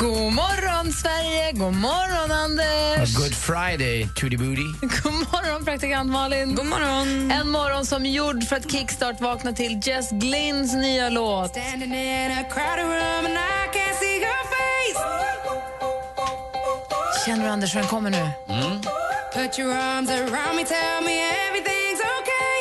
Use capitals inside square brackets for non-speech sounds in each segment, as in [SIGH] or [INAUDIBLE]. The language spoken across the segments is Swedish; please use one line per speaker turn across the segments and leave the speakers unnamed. God morgon, Sverige! God morgon,
A
Anders!
good Friday, Tutti Booty.
God morgon, praktikant Malin! God morgon. En morgon som gjord för att kickstart vakna till Jess Glynns nya låt. Känner du, Anders, hur den kommer nu?
Put your arms around me, tell me everything's okay.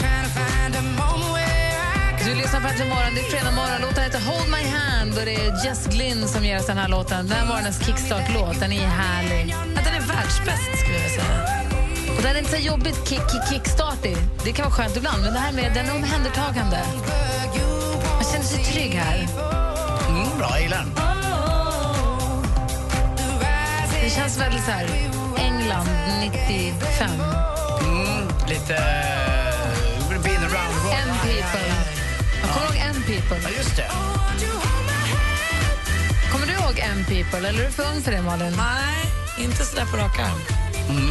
Trying to find a moment where I
Du lyssnar på Äntligen morgon. Det är fredag morgon. Låten heter Hold My Hand och det är Jess Glynn som ger oss den här låten. Den här morgonens kickstart-låt. Den är härlig. Ja, den är världsbäst, skulle jag säga. Och den är inte så jobbigt kick, kick, kickstartig. Det kan vara skönt ibland, men det här med den är omhändertagande. Man känner sig trygg här.
Mm, bra, jag gillar den.
Det känns väldigt så här England 95.
Mm, lite... Uh, been around the world.
M people. Jag kommer ihåg M
Ja,
people.
just det.
Kommer du ihåg M people? Eller är du för ung för det, Malin?
Mm,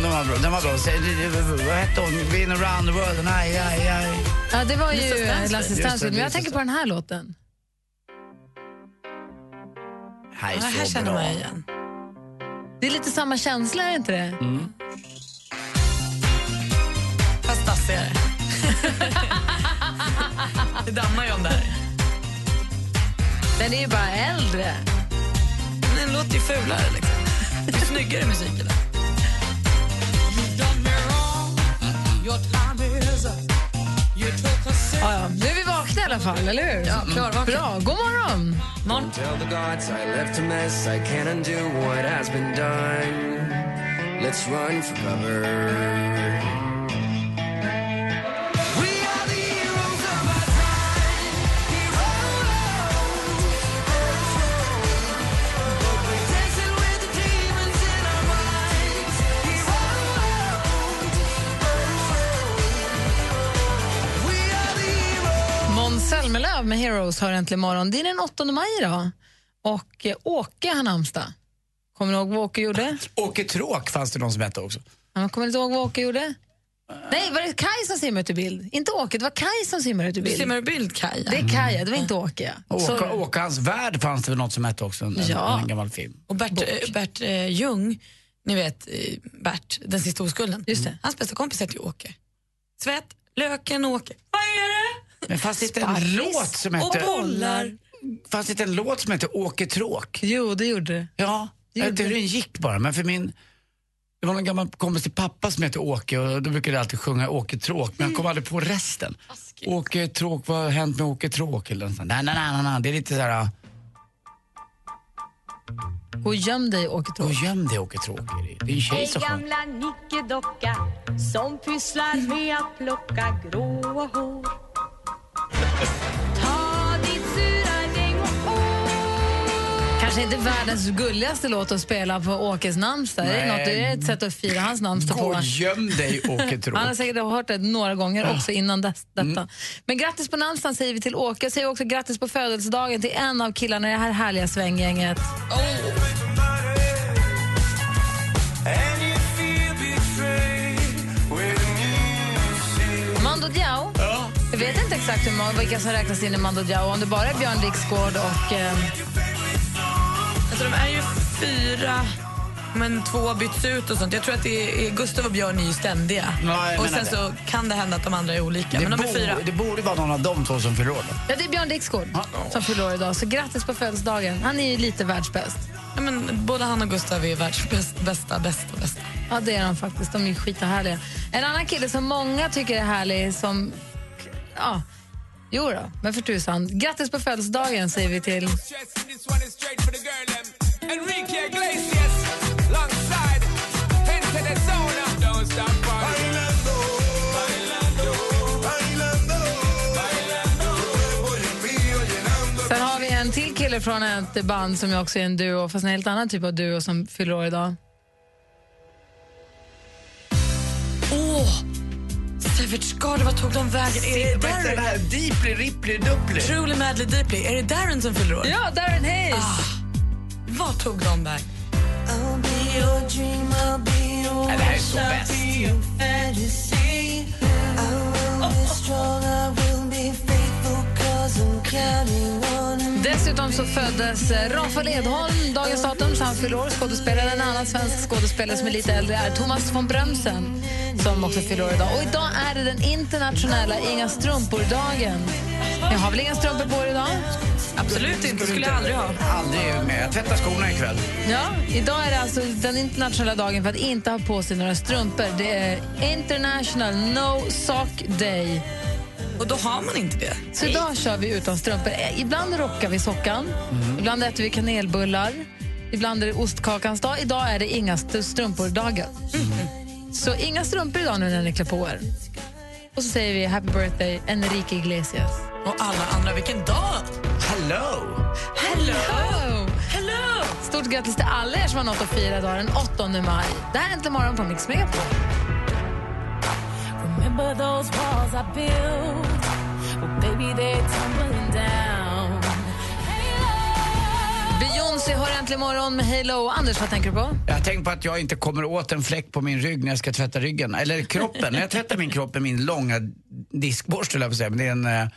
den var bra. Den var bra. Så, det- det- vad hette hon? Been around the world and I, I, I.
Ja, det var ju eh, Lasse
Just det,
Stjernsfeld. Men jag
Lisa
tänker på den här låten.
Här är så här känner man igen.
Det är lite samma känsla, är det inte det?
Fast
[LAUGHS]
dassigare. det dammar ju om det här.
Den är ju bara äldre.
Men Den låter ju fulare. Liksom. Det är snyggare musik i den.
Ja, ja. Nu är vi vakna i alla fall, eller hur? Ja, klarvakna. Bra. God morgon!
Morgon.
Tell the gods I left a mess. I can't undo what has been done. Let's run for cover. We are the heroes of our time. Heroes. But we're dancing with the demons in our minds. Heroes. We are the heroes.
Måns Zelmerlöw med Heroes hör äntligen morgon. Det är den 8 maj idag. Och eh, Åke har namnsdag. Kommer ni ihåg vad Åke gjorde?
Åke Tråk fanns det någon som hette också.
Ja, kommer ni inte ihåg vad Åke gjorde? Nej, var det Kai som simmade ut ur bild? Inte Åke, det var Kai som simmade ut ur bild.
Simmar du bild, Kaj?
Det är Kaja, det var inte Åke.
Åke,
Så-
Åke hans värld fanns det väl något som hette också. En,
Ja.
en gammal film.
Och Bert, eh, Bert eh, Ljung, ni vet eh, Bert, den sista oskulden. Just det. Hans bästa kompis heter ju Åke. Svett, löken, Åke. Vad är det?
Men fanns det inte en låt som
Och
hette...
bollar.
Fanns det inte en låt som hette Åke Tråk?
Jo, det gjorde det.
Ja, jag vet inte hur den gick bara, men för min... Det var någon gammal kompis till pappa som hette Åke och då brukade jag alltid sjunga Åke Tråk, men jag kom aldrig på resten. Åke Tråk, vad har hänt med Åke Tråk? Eller något sånt. nej, nej, nej, nej, nej, det är lite såhär,
Gå och göm dig, Åke
gå och
Tråk.
göm dig Åke Tråk. är det. Det är en tjej som sjunger.
nickedocka som pysslar med att plocka gråa hår. Ta ditt sura däng och
Kanske inte världens gulligaste låt att spela på Åkes namnsdag. Är det
Nej.
något- Det är ett sätt att fira hans namnsdag
Gå
på.
och göm dig Åke Tråk.
Han har säkert hört det några gånger också innan dess, detta. Men grattis på namnsdagen säger vi till Åke. Jag säger också grattis på födelsedagen till en av killarna i det här härliga svänggänget. Mando Diao. Jag vet inte exakt hur många, vilka som räknas in i Mando Diao. Om det bara är Björn Dixgård och... Eh,
Alltså de är ju fyra, men två har bytts ut och sånt. Jag tror att det är, Gustav och Björn är ju ständiga.
Ja, jag
och
menar
sen så kan det hända att de andra är olika,
det,
men de är fyra.
borde, det borde vara någon av de två som fyller år. då.
ja, det är Björn Dixgård som fyller år idag. Så grattis på födelsedagen. Han är ju lite världsbäst.
Ja, men både han och Gustav är världsbäst, bästa, bästa, bästa.
Ja, det är de faktiskt. De är skithärliga. En annan kille som många tycker är härlig som... Ja, jo då, men för tusan. Grattis på födelsedagen säger vi till... En till kille från ett band som jag också är en duo, fast en helt annan typ av duo som fyller år idag.
Åh! Savage Garden, vart tog de vägen? Är det Darren?
här? Deeply, Ripply, Dupply.
Truly Madly Deeply. Är det Darren som fyller år?
Ja, Darren Hayes!
Ah, vart tog de vägen?
Det här är så bäst.
Dessutom så föddes eh, Rafael Edholm dagens datum, så han fyller år. Skådespelaren, en annan svensk skådespelare som är lite äldre är Thomas von Brömsen som också fyller år idag. Och idag är det den internationella Inga strumpor-dagen. Jag har väl inga strumpor på er idag?
Absolut inte, skulle jag aldrig ha.
Aldrig med. Jag tvättar skorna ikväll.
Ja, idag är det alltså den internationella dagen för att inte ha på sig några strumpor. Det är International No Sock Day.
Och då har man inte det.
Så idag kör vi utan strumpor. Eh, Ibland rockar vi sockan, ibland äter vi kanelbullar, ibland är det ostkakans dag. Idag är det inga st- strumpor-dagen. Så inga strumpor idag nu när ni klär på er. Och så säger vi happy birthday Enrique Iglesias.
Och alla andra, vilken dag!
Hello!
Hello! Hello! Stort grattis till alla er som har något att fira idag den 8 maj. Det här är Äntligen morgon på Mix Megapol.
Remember those walls I built? Well, baby, they're tumbling down.
Beyoncé har äntligen morgon med Halo. Anders, vad tänker du på?
Jag tänker på att jag inte kommer åt en fläck på min rygg när jag ska tvätta ryggen. Eller kroppen. när jag tvättar min kropp med min långa diskborste, höll jag på att säga. Men det är en, eh,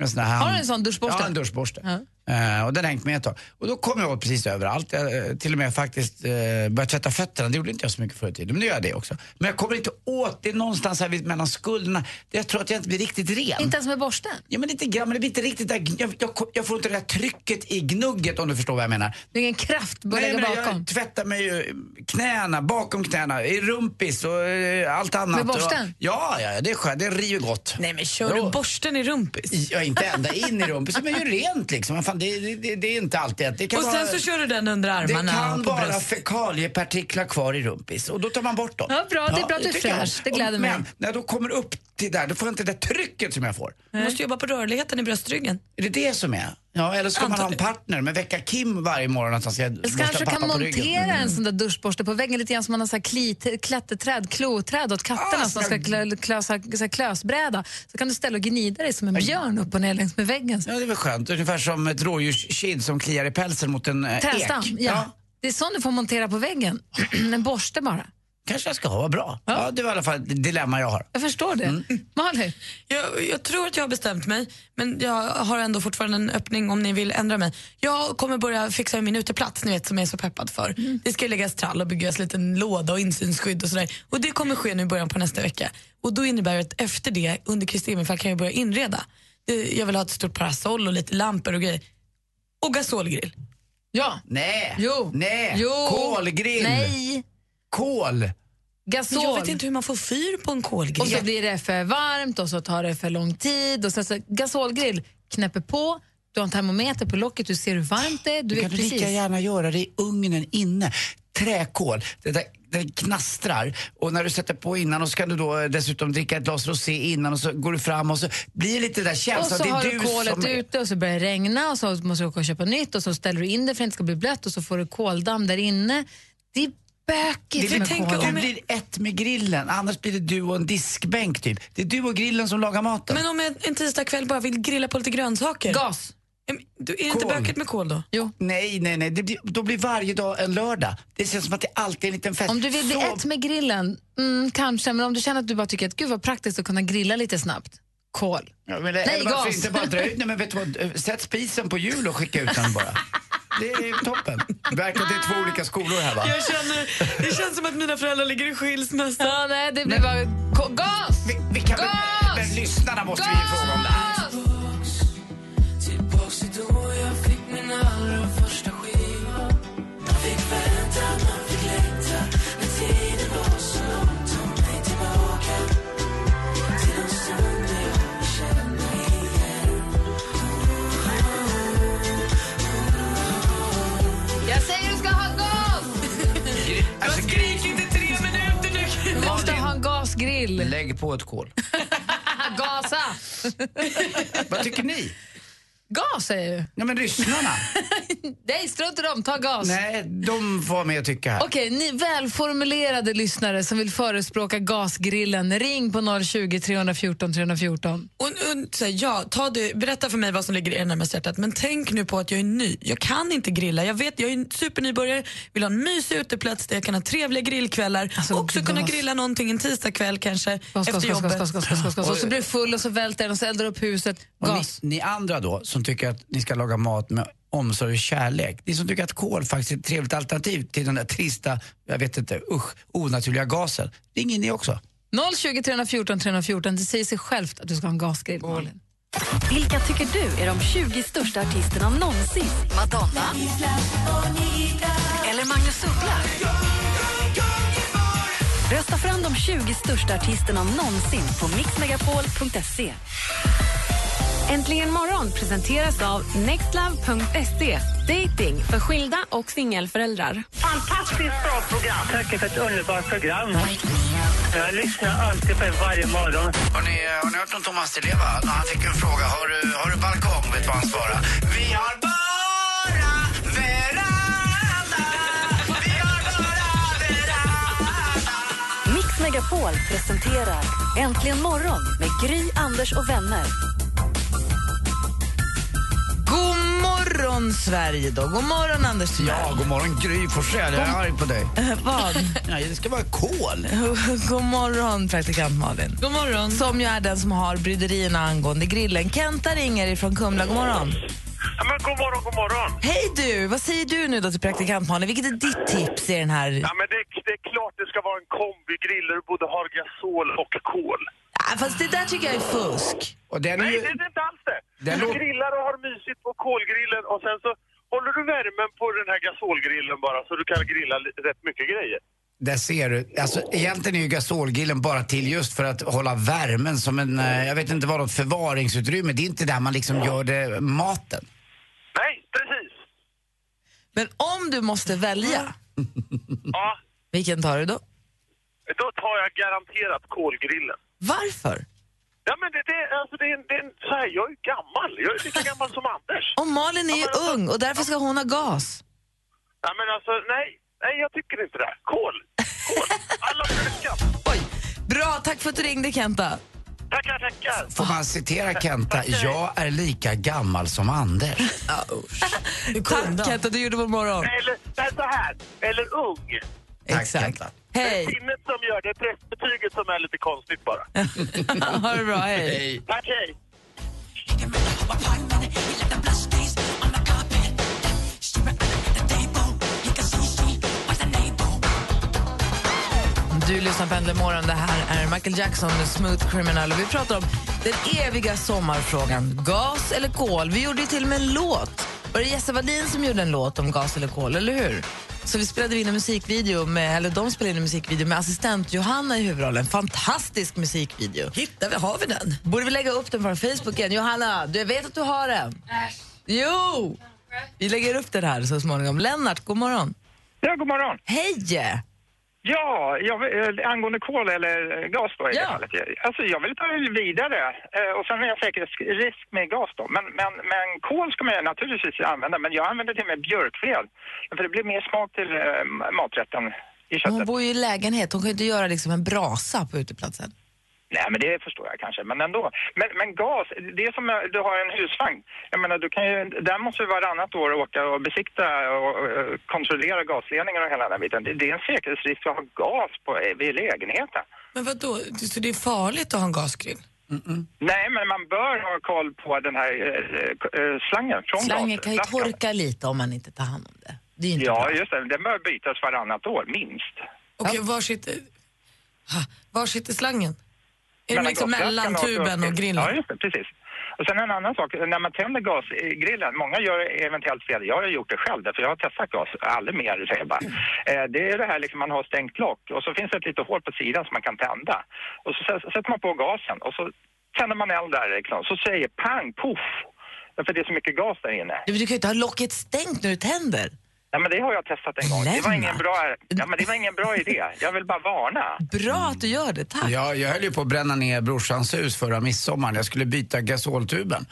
en sån här hand...
Har du en sån duschborste?
Ja, en duschborste. Eh, och den har hängt med ett tag. Och då kom jag åt precis överallt. Jag, eh, till och med faktiskt uh, började tvätta fötterna. Det gjorde inte jag så mycket förut i tiden, men nu gör jag det också. Men jag kommer inte åt, det är någonstans här vid, mellan skulderna. där Jag tror att jag inte blir riktigt ren.
Inte ens med borsten?
Ja men lite grann, men det blir inte riktigt där, jag, jag, jag får inte det där trycket i gnugget om du förstår vad jag menar.
Det är ingen kraft att lägga
men
bakom.
Jag tvättar mig ju knäna, bakom knäna, i rumpis och eh, allt annat.
Med borsten?
Och, ja, ja, det är skönt. Det river gott.
Nej men kör
Jo.
du borsten i rumpis?
Ja, inte ända in i rumpis, men ju rent liksom. Men Fan, det, det- det, det är inte alltid att... Det kan
Och
vara,
sen så kör du den under
det
armarna
kan
och på
vara
bröstet.
fekaliepartiklar kvar i rumpis och då tar man bort dem.
Ja, bra. Det är bra att du är
tycker jag.
fräsch. Det gläder
Och-
mig.
Men när jag då kommer upp till där, då får jag inte det där trycket som jag får.
Du måste jobba på rörligheten i bröstryggen.
Är det det som är? Ja, eller ska man ha en partner men väcka Kim varje morgon att han ska
Eller så
borsta
kanske du
pappa
kan
på ryggen? Mm.
montera en sån där duschborste på väggen lite grann som man har så här klit, klätterträd, kloträd åt katterna
Ah,
som man ska
snygg.
klö, klö, så här- så här klösbräda. Så kan du ställa och gnida dig som en björn upp och ner längs med väggen.
Ja, det är väl skönt. Ungefär som ett rådjurskid som kliar i pälsen mot en eh,
Trästam,
ek.
ja. Det är sån du får montera på väggen. [CLEARS THROAT] en borste bara.
Kanske jag ska ha, vad bra. Ja. det var i alla fall ett dilemma jag har.
Jag förstår det.
Mm.
Malin?
Jag, jag tror att jag har bestämt mig, men jag har ändå fortfarande en öppning om ni vill ändra mig. Jag kommer börja fixa min uteplats, ni vet, som jag är så peppad för. Det ska ju läggas trall och byggas liten låda och insynsskydd och sådär. Och det kommer ske nu i början på nästa vecka. Och då innebär det att efter det, under Kristi himmelfärd, kan jag börja inreda. Det- Jag vill ha ett stort parasoll och lite lampor och grejer. Och gasolgrill.
Ja.
Nej!
Jo.
Nej!
Jo.
Kolgrill!
Nej.
Kol!
Men
Gasol.
jag vet inte hur man får fyr på en kolgrill.
Och så blir det för varmt och så tar det för lång tid. Och sen så gasolgrill knäpper på, du har en termometer på locket, du ser hur varmt det är. Du
Du
vet
kan du
precis.
lika gärna göra det i ugnen inne. Träkol, det där det knastrar och när du sätter på innan och så kan du då eh, dessutom dricka ett glas rosé innan och så går du fram och så blir det lite där
Och
känslan.
så
att Alltså, det är
har du kolet
som är-
ute och så börjar det regna och så måste du åka och köpa nytt och så ställer du in det för att det inte ska bli blött och så får du koldamm där inne. Det är bökigt
Det är
med
tänk
kolen.
Du blir ett med grillen, annars blir det du och en diskbänk typ. Det är du och grillen som lagar maten.
Men om jag en tisdag kväll bara vill grilla på lite grönsaker.
Gas.
Em, Du, är det inte
Kol.
bökigt med kol då?
Jo.
Nej, nej, nej. Det blir, då blir varje dag en lördag. Det känns som att det alltid är en liten fest.
Om du vill bli
Så-
ett med grillen, mm, kanske. Men om du känner att du bara tycker att gud vad praktiskt att kunna grilla lite snabbt. Kol.
Ja, men, nej, eller varför
gas.
inte bara dra ut nej, men vet du vad? Sätt spisen på hjul och skicka ut den bara. Det är toppen. Verkar det är två olika skolor här va?
Jag känner, det känns som att mina föräldrar ligger i skilsmässa.
Ja, nej, det blir bara ko- gas!
Vi, vi kan väl,
Gas!
men lyssnarna måste vi ju fråga om det här.
Jag säger du ska ha gas!
Alltså,
Skrikit i tre minuter nu!
Du måste
Malin,
ha en gasgrill.
Lägg på ett kol.
[LAUGHS] Gasa!
Vad tycker ni?
Gas säger du?
Nej, men lyssnarna.
Nej, strunt i dem, ta gas.
Nej, de får vara med och tycka här.
Okej, ni välformulerade lyssnare som vill förespråka gasgrillen, ring på 020 314 314.
Och, och, så här, ja, ta det, berätta för mig vad som ligger er närmast hjärtat, men tänk nu på att jag är ny. Jag kan inte grilla. Jag vet, jag är en supernybörjare, vill ha en mysig uteplats där jag kan ha trevliga grillkvällar.
Alltså,
också kunna
gas.
grilla någonting en tisdag kväll kanske
Gas,
efter
gas, gas,
jobbet.
gas, gas, gas, gas, gas, gas. Och så blir du full och så välter den och så eldar du upp huset.
Och ni,
Gas.
ni andra då, som tycker att ni ska laga mat med omsorg och kärlek. Ni som tycker att kol faktiskt är ett trevligt alternativ till den där trista, jag vet inte, usch, onaturliga gasen. Ring in ni också.
020 314 314. Det säger sig självt att du ska ha en gasgrill, Malin.
Vilka tycker du är de 20 största artisterna någonsin? Madonna? Eller Magnus Uggla? Rösta fram de 20 största artisterna någonsin på mixmegapol.se.
Äntligen morgon presenteras av nextlove.se. Dating för skilda och singelföräldrar.
Fantastiskt bra program. Tack för ett underbart program. Jag lyssnar alltid på er varje morgon.
Har ni, har ni hört om Thomas Di Leva? När han fick en fråga, har du, har du balkong? Vet du vad han svarade? Vi har bara veranda. Vi har bara
Mix Megapol presenterar Äntligen morgon med Gry, Anders och vänner.
God morgon Sverige då. God morgon Anders
Ja, god morgon Gry Forssell. Jag är arg på dig.
Vad?
Nej, det ska vara kol.
[LAUGHS] God morgon, praktikant Malin.
God morgon.
Som ju är den som har bryderierna angående grillen. Kenta ringer ifrån Kumla. God morgon.
Ja, men god morgon, god morgon.
Hej du! Vad säger du nu då till praktikant Malin? Vilket är ditt tips i den här...
Ja, men det, det är klart det ska vara en kombigrill där du både har gasol och kol.
Ah, fast det där tycker jag är fusk.
Och den
Nej, det är inte alls Mm. det.
Den
du
lå-
grillar och har mysigt på kolgrillen och sen så håller du värmen på den här gasolgrillen bara så du kan grilla li- rätt mycket grejer.
Där ser du. Alltså, egentligen är ju gasolgrillen bara till just för att hålla värmen som en, eh, jag vet inte vad, något förvaringsutrymme. Det är inte där man liksom gör det, maten.
Nej, precis.
Men om du måste välja,
Ja,
vilken tar du då?
då tar jag garanterat kolgrillen.
Varför?
Ja, men det, det, alltså, det är en, det är en, så här, jag är ju gammal. Jag är lika gammal som Anders.
Och Malin är ju ung och därför ska hon ha gas.
Nej, men alltså, nej. Nej, jag tycker inte det. Kol.
Bra, tack för att du ringde Kenta.
Tackar, tackar.
Får man citera Kenta? Jag är lika gammal som Anders.
Tack Kenta, du gjorde vår morgon.
Eller, nej, så här. Eller ung.
Exakt.
Hej. Det är sinnet som gör det, prästbetyget som är lite konstigt bara.
ha det bra, hej.
Tack, hej.
Du lyssnar på Äntligen morgon. Det här är Michael Jackson med Smooth Criminal. Och vi pratar om den eviga sommarfrågan. Gas eller kol? Vi gjorde ju till och med en låt. Var det Jesse Wallin som gjorde en låt om gas eller kol, eller hur? Så vi spelade in en musikvideo med, eller de spelade in en musikvideo med assistent Johanna i huvudrollen. Fantastisk musikvideo.
Hittar vi, har vi den?
Borde vi lägga upp den på Facebook igen? Johanna, du vet att du har den? Jo! Vi lägger upp den här så småningom. Lennart, god morgon.
Ja, god morgon.
Hej!
Ja, jag, eh, angående kol eller eh, gas då i det fallet. Alltså jag vill ta det vidare. Eh, och sen är jag säkerhetsrisk med gas då. Men, men, men kol ska man ju naturligtvis använda. Men jag använder till och med björkved. För det blir mer smak till eh, maträtten i
Hon
köttet.
bor ju i lägenhet. Hon kan ju inte göra liksom en brasa på uteplatsen.
Nej, men det förstår jag kanske. Men ändå. Men, men gas, det är som eh, du har en husvagn. Jag menar, du kan ju, där måste du varannat år åka och besikta och, eh, kontrollera gasledningar och hela den här biten. Det, det är en säkerhetsrisk att ha gas på, i lägenheten.
Men vad då? Så det är farligt att ha en gasgrill?
Nej, men man bör ha koll på den här eh, k- eh, slangen från
Slangen
gasen.
kan ju torka lite om man inte tar hand om det. det är ju inte
Ja,
bra.
just det. Den bör bytas varannat år, minst.
Okej, var sitter... Ha, var sitter slangen? Är den
Mellan
liksom
gasflaskan
mellan tuben och grillen?
Ja, just det. Precis. Och sen en annan sak, när man tänder gasgrillen, många gör eventuellt fel, jag har gjort det själv därför jag har testat gas, aldrig mer säger jag bara. Eh, Det är det här liksom, man har stängt lock och så finns det ett litet hål på sidan som man kan tända. Och så s- sätter man på gasen och så tänder man eld där liksom, så säger pang, poff! För det är så mycket gas där inne.
Du, du kan ju inte ha locket stängt när du tänder.
Ja, men det har jag testat en gång. Det var ingen bra, ja, men det var ingen bra idé. Jag vill bara varna.
Bra att du gör det, tack.
Jag, jag höll ju på att bränna ner brorsans hus förra midsommar. Jag skulle byta gasoltuben.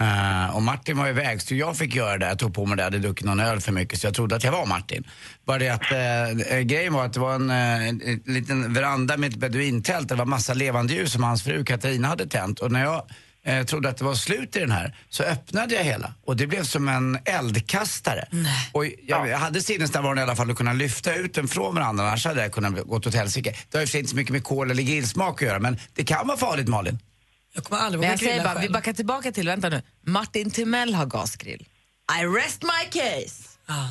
Eh, och Martin var iväg så jag fick göra det. Jag tog på mig det, jag hade druckit någon öl för mycket så jag trodde att jag var Martin. Bara det att eh, eh, grejen var att det var en, eh, en en liten veranda med ett beduintält. Det var massa levande ljus som hans fru Katarina hade tänt. Och när jag eh, trodde att det var slut i den här så öppnade jag hela och det blev som en eldkastare. Och jag, jag hade sinnesnärvaron i alla fall att kunna lyfta ut den från varandra annars hade jag kunnat gått åt helsike. Det har ju i och för sig inte så mycket med kol eller grillsmak att göra men det kan vara farligt Malin.
Jag kommer aldrig
Men
våga
jag säger
grilla
bara, vi
själv.
backar tillbaka till, vänta nu, Martin Timell har gasgrill. I rest my case!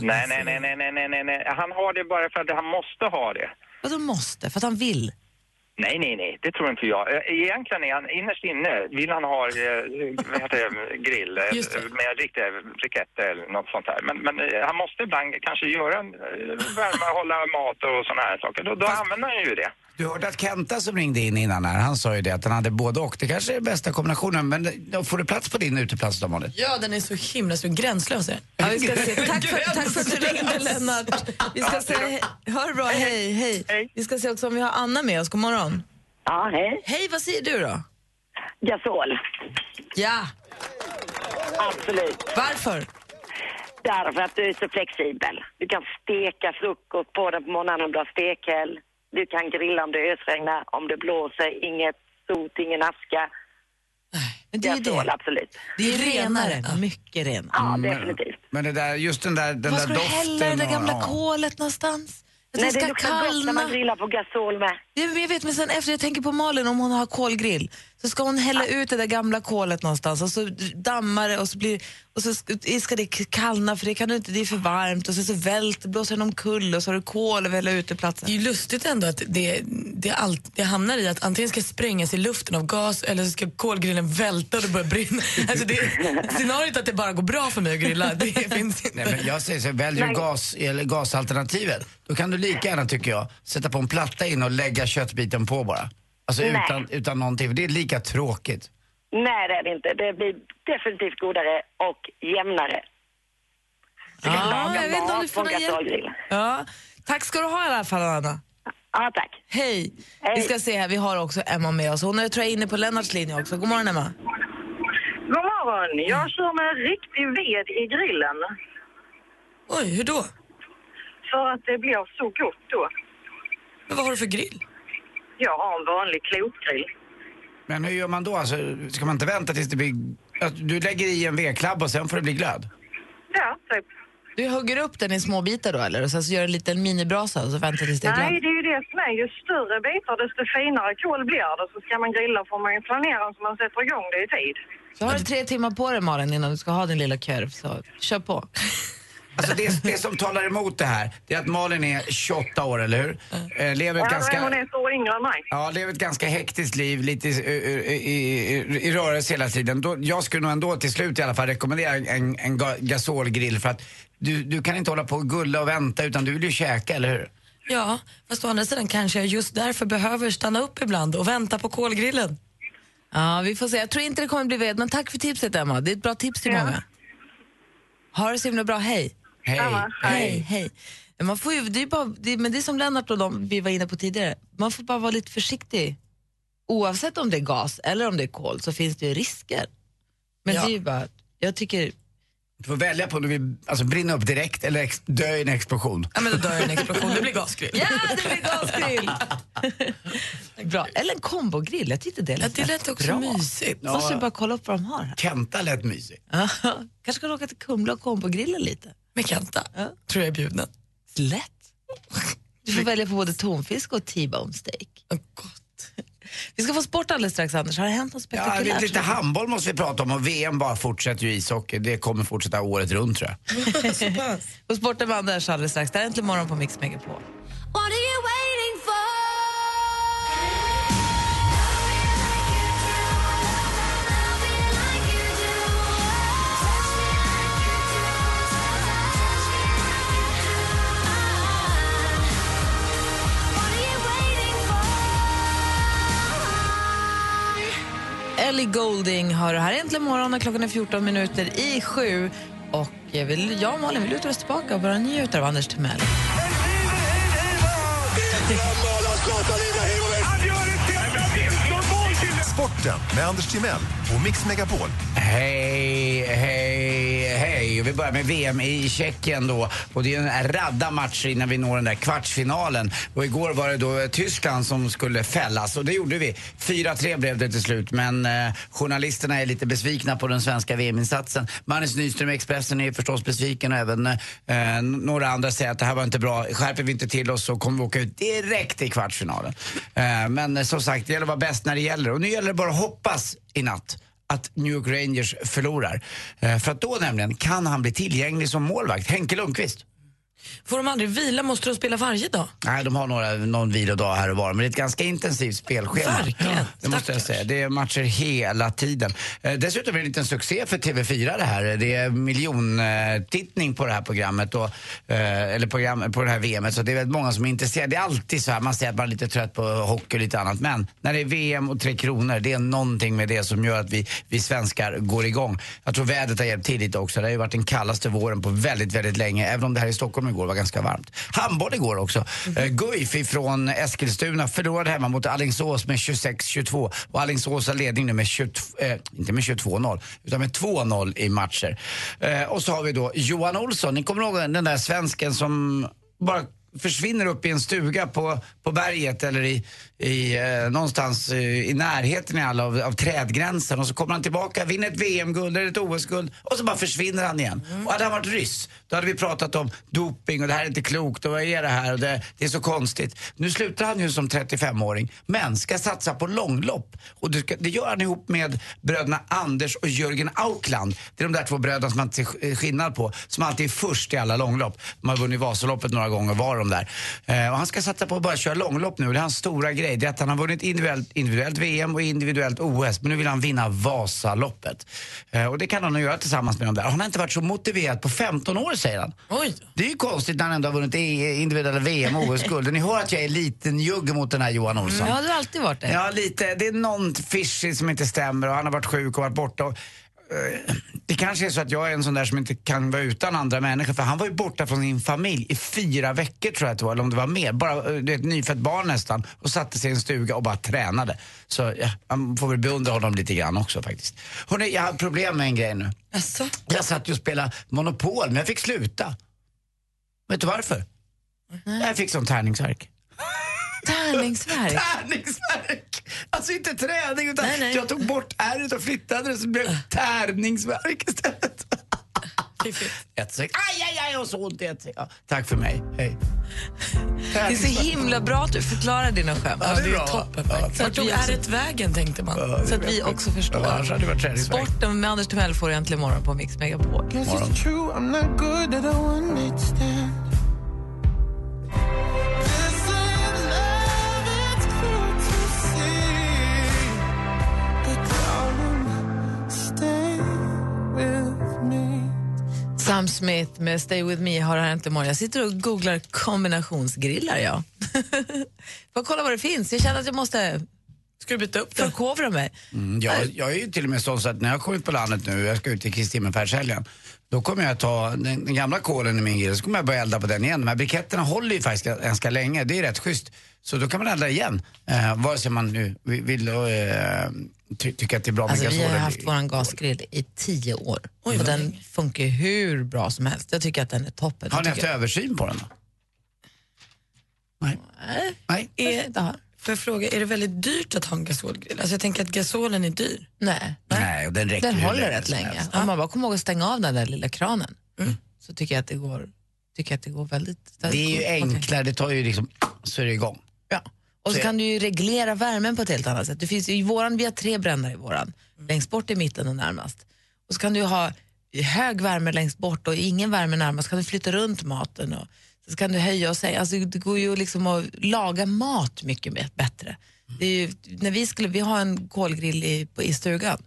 Nej, nej, nej, nej, nej, nej, nej, nej. Han har det bara för att han måste ha det.
Vadå måste? För att han vill?
Nej, nej, nej, det tror inte jag. Eh, Egentligen är han innerst inne, vill han ha eh, vad heter det, grill eh,
Just det.
med riktiga briketter eller något sånt där. Men, men eh, han måste ibland kanske göra, eh, värma, hålla mat och såna här saker. Då, då använder han ju det.
Du hörde att Kenta som ringde in innan här, han sa ju det att han hade både och. Det kanske är den bästa kombinationen men då får du plats på din uteplats då Malin?
Ja, den är så himla så gränslös.
Ja, vi ska se. Tack, för, tack för att du ringde, Lennart. Vi ska se, ha det bra, hej, hej. Vi ska se också om vi har Anna med oss, god morgon.
Ja, hej.
Hej, vad säger du då?
Gasol.
Ja,
Absolut.
Varför?
Därför att du är så flexibel. Du kan steka frukost på den på morgonen om du har stekhäll. Du kan grilla om det ösregnar, om det blåser, inget sot, ingen aska.
men det är ju
Gasol,
det.
absolut.
Det är renare, mycket renare.
Ja,
Mm.
definitivt.
Men det där, just den där, den
Vad
där
ska du
doften.
hälla det där
och-
gamla
ja.
kolet någonstans? Att
Nej,
det
det
ska
luktar gott när
kallna.
man grillar på gasol med.
Ja, men jag vet, men sen efter, jag tänker på Malin, om hon har kolgrill, så ska hon hälla ut det där gamla kolet någonstans och så dammar det och så, blir, och så ska ska det kallna för det kan du inte, det är för varmt och så, så vält, blåser den omkull och så har du kol över hela uteplatsen.
Det är ju lustigt ändå att det, det, allt, det hamnar i att antingen ska sprängas i luften av gas eller så ska kolgrillen välta och det börjar
[LAUGHS]
brinna. Alltså det, scenariot att det bara går bra för mig att grilla, det finns inte.
Nej, men jag säger så här, väljer du
Nej.
gas, eller gasalternativet, då kan du lika gärna tycker jag sätta på en platta in och lägga köttbiten på bara. Alltså
Nej.
utan, utan någonting, det är lika tråkigt.
Nej, det är det inte. Det blir definitivt godare och jämnare. Du kan laga
jag vet inte om
mat
du får
på
någon hjälp.
gasolgrill.
Ja. Tack ska du ha i alla fall, Anna.
Ja, tack.
Hej. Vi ska se här, vi har också Emma med oss. Hon är, tror jag, inne på Lennarts linje också. God morgon, Emma.
God morgon! Jag kör med riktig ved i grillen.
Oj, hur då?
För att det blir så gott då.
Men vad har du för grill?
Jag har en vanlig klotgrill.
Men hur gör man då? Alltså, ska man inte vänta tills det blir... att Du lägger i en vedklabb och sen får det bli glöd?
Ja, typ.
Du hugger upp den i små bitar då, eller? Och sen så gör du en liten minibrasa och så väntar tills det är
Nej,
glömt.
det är ju det som är. Ju större bitar desto finare kol blir det. Så ska man grilla får man ju planera så man sätter igång det i tid.
Så har du tre timmar på dig, Malin, innan du ska ha din lilla kurv, så kör på.
Alltså det, det som talar emot det här, det är att Malin är 28 år, eller hur? Eh, lever ett
Mm. Ja,
ganska...
men Hon är ett år yngre än mig.
Ja, lever ett ganska hektiskt liv, lite i, i, i, i rörelse hela tiden. Då, jag skulle nog ändå till slut i alla fall rekommendera en, en ga- gasolgrill för att du, du kan inte hålla på och gulla och vänta utan du vill ju käka, eller hur?
Ja, fast å andra sidan kanske jag just därför behöver stanna upp ibland och vänta på kolgrillen.
Ja, vi får se. Jag tror inte det kommer bli ved, men tack för tipset, Emma. Det är ett bra tips till många. Ha det så himla bra. Hej.
Hej. Samma.
Hej. Hej. Man får ju, det är ju bara, det, men det är som Lennart och de vi var inne på tidigare, man får bara vara lite försiktig. Oavsett om det är gas eller om det är kol så finns det ju risker. Men det är ju bara, jag tycker...
Du får välja på om du vill alltså, brinna upp direkt eller ex, dö i en explosion.
Ja, men då dör jag i en explosion. Det blir gasgrill.
Ja, det blir gasgrill! [LAUGHS] bra. Eller en kombogrill, jag tyckte det lät
Ja, det lät
rätt
också
bra.
mysigt.
Man måste
Ja.
bara kolla upp vad de har. här.
Kenta lät mysig.
[LAUGHS] Kanske kan du åka till Kumla och kombogrilla lite.
Med Kenta? Tror jag är bjuden.
Lätt. Du får välja på både tonfisk och T-bone steak. [LAUGHS] Vi ska få sport alldeles strax, Anders. Har det hänt något
Ja,
spektakulärt?
lite, lite handboll måste vi prata om och VM bara fortsätter ju i ishockey. Det kommer fortsätta året runt tror jag.
och sporten med Anders alldeles strax. Det här är Äntligen morgon på Mix Megapol.
What are you waiting for?
Ellie Golding hör det här äntligen morgon och klockan är 14 minuter i sju. Och jag, vill, jag och Malin vill luta oss tillbaka och bara njuta av Anders Timell.
Sporten med Anders Timell och Mix Megapol.
Hej, hej, hej. Vi börjar med VM i Tjeckien då. Och det är en radda matcher innan vi når den där kvartsfinalen. Och igår var det då Tyskland som skulle fällas och det gjorde vi. 4-3 blev det till slut men eh, journalisterna är lite besvikna på den svenska VM-insatsen. Magnus Nyström i Expressen är förstås besviken och även eh, några andra säger att det här var inte bra. Skärper vi inte till oss så kommer vi åka ut direkt i kvartsfinalen. Eh, men eh, som sagt, det gäller att vara bäst när det gäller. Och nu gäller det bara att hoppas i natt att New York Rangers förlorar. Eh, För att då nämligen kan han bli tillgänglig som målvakt. Henke Lundqvist.
Får de aldrig vila? Måste de spela varje dag?
Nej, de har några, någon vilodag här och var, men det är ett ganska intensivt spelschema. Verkligen. Det måste jag säga. Det är matcher hela tiden. Eh, Dessutom är det en liten succé för TV4 det här. Det är miljontittning på det här programmet, och, eh, eller program, på det här VMet, så det är väldigt många som är intresserade. Det är alltid så här, man säger att man är lite trött på hockey och lite annat, men när det är VM och Tre Kronor, det är någonting med det som gör att vi, vi svenskar går igång. Jag tror vädret har hjälpt till lite också. Det har ju varit den kallaste våren på väldigt, väldigt länge, även om det här i Stockholm igår var ganska varmt. Handboll igår också. Mm. Guif ifrån Eskilstuna förlorade hemma mot Alingsås med 26-22 och Alingsås har ledning nu med 22, eh, inte med 22-0, utan med 2-0 i matcher. Eh, och så har vi då Johan Olsson, ni kommer ihåg den där svensken som bara försvinner upp i en stuga på, på berget eller i, i, eh, någonstans eh, i närheten i alla av, av trädgränsen och så kommer han tillbaka, vinner ett VM-guld eller ett OS-guld och så bara försvinner han igen. Och hade han varit ryss, då hade vi pratat om doping och det här är inte klokt och vad är det här och det, det är så konstigt. Nu slutar han ju som 35-åring men ska satsa på långlopp och det, ska, det gör han ihop med bröderna Anders och Jörgen Aukland. Det är de där två bröderna som man inte ser sk- skillnad på, som alltid är först i alla långlopp. De har vunnit Vasaloppet några gånger var de där. Eh, och han ska satsa på att bara köra långlopp nu och det är hans stora grej. Det är att han har vunnit individuellt, individuellt VM och individuellt OS men nu vill han vinna Vasaloppet. Eh, och det kan han nog göra tillsammans med de där. Han har inte varit så motiverad på 15 år säger han. Alltså, Det är ju konstigt när han ändå har vunnit i- individuella VM och OS-guld. Ni hör att jag är liten njugg mot den här Johan Olsson.
Ja, du har alltid varit det.
Ja, lite. Det är någon fishy som inte stämmer och han har varit sjuk och varit borta. Och, eh, det kanske är så att jag är en sån där som inte kan vara utan andra människor. För han var ju borta från sin familj i fyra veckor tror jag att det var, eller om det var mer. Bara eh, det är ett nyfött barn nästan. Och satte sig i en stuga och bara tränade. Så ja, man får väl beundra honom lite grann också faktiskt. Hörrni, jag har problem med en grej nu. Jag satt ju och spelade Monopol, men jag fick sluta. Vet du varför? Jag fick sån tärningsvärk.
Tärningsvärk.
tärningsvärk! Alltså inte träning utan jag tog bort ärret och flyttade det så det
Äh.
blev tärningsvärk istället.
[LAUGHS]
Jättesegt. Aj, aj, aj, och så ont i ett ja, Tack för mig, hej.
Det är så himla bra att du förklarar dina skämt.
Ja, det är toppen. Så att vi är ett vägen, tänkte man.
Så att vi också förstår.
Ja, annars hade det varit träningsvärk.
Sporten med Anders Timell får du äntligen imorgon på Mix Megapol.
Guess it's true, I'm not good at a one night stand. This ain't love, it's cruel to see. But darling, stay with me.
Sam Smith med Stay With Me har det här äntligen imorgon. Jag sitter och googlar kombinationsgrillar, ja. [LAUGHS] Får kolla vad det finns. Jag känner att jag måste
Ska du byta upp
det? förkovra mig.
Mm, jag, jag är ju till och med sån så att när jag kommer ut på landet nu, jag ska ut till Kristinefärshelgen, då kommer jag ta den, den gamla kolen i min grill, så kommer jag börja elda på den igen. De här briketterna håller ju faktiskt ganska länge, det är rätt schysst. Så då kan man elda igen, eh, vare sig man nu vill, vill eh, ty, tycka att det är bra med
Alltså, vi har
gasoler.
haft vår gasgrill i tio år och den funkar ju hur bra som helst. Jag tycker att den är toppen.
Har
Jag
ni haft
tycker-
översyn på den då? Nej.
Är, får jag fråga, är det väldigt dyrt att ha en gasolgrill? Alltså jag tänker att gasolen är dyr.
Nej.
Nej, och den räcker
Den
hur
håller
länge
rätt
som
länge.
helst.
Om man bara kommer ihåg att stänga av den där lilla kranen
Mm.
så tycker jag att det går, tycker jag att det går väldigt...
Det är ju enklare, det tar ju liksom, så är det igång.
Och så
Så-
kan du ju reglera värmen på ett helt annat sätt. Det finns ju i våran, vi har tre brännare i våran, längst bort i mitten och närmast. Och så kan du ju ha hög värme längst bort och ingen värme närmast, så kan du flytta runt maten och så kan du höja och sänka. Alltså det går ju liksom att laga mat mycket mer- bättre. Det är ju, när vi, skulle, vi har en kolgrill i, på, i stugan.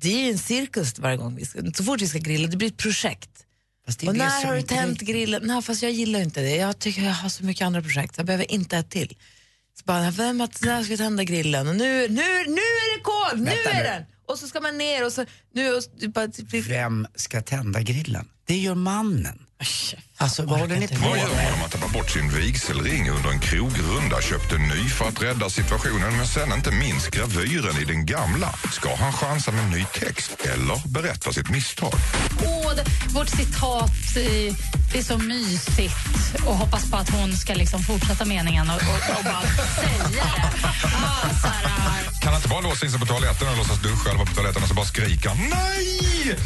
Det är ju en cirkus varje gång vi ska, så fort vi ska grilla, det blir ett projekt.
det är
och
det
när
som
har du
inte
tänt grillen? Nej, fast jag gillar inte det. Jag tycker jag har så mycket andra projekt, jag behöver inte ett till. Så bara, vem att, när ska vi tända grillen? Och nu, nu, nu är det kol! Nu
Vänta
är
nu.
den! Och så ska man ner och så... Nu, och, så- bara,
Vem ska tända grillen? Det gör mannen.
Alltså, vad håller ni på
Vad
med?
gör man om man tappar bort sin vigselring under en krogrunda, köpt en ny för att rädda situationen men sen inte minns gravyren i den gamla? Ska han chansa med ny text eller berätta sitt misstag?
Åh, det- vårt citat, eh, det är så mysigt. Och hoppas på att hon ska liksom fortsätta meningen och, och, och bara säga det. Ah,
Kan han inte bara låsa in sig på toaletten och låtsas duscha eller vara på toaletten och så bara skrika nej?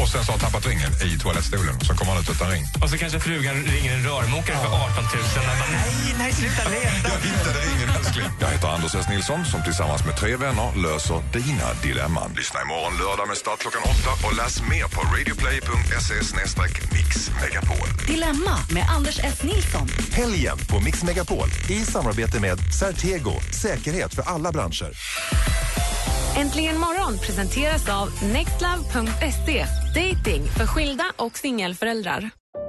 Och sen så har han tappat ringen i toalettstolen och så kommer han ut utan ring.
Och så kanske frugan ringer en rörmokare för 18 000. Man bara, nej, nej, sluta leta.
Jag hittade ringen älskling. Jag heter Anders S. Nilsson som tillsammans med tre vänner löser dina dilemman. Lyssna imorgon lördag med start klockan åtta och läs mer på radioplay.se mixmegapol.
Dilemma med Anders S. Nilsson.
Helgen på Mix Megapol i samarbete med Certego. Säkerhet för alla branscher.
Äntligen morgon presenteras av nextlove.se. Dating för skilda och singelföräldrar.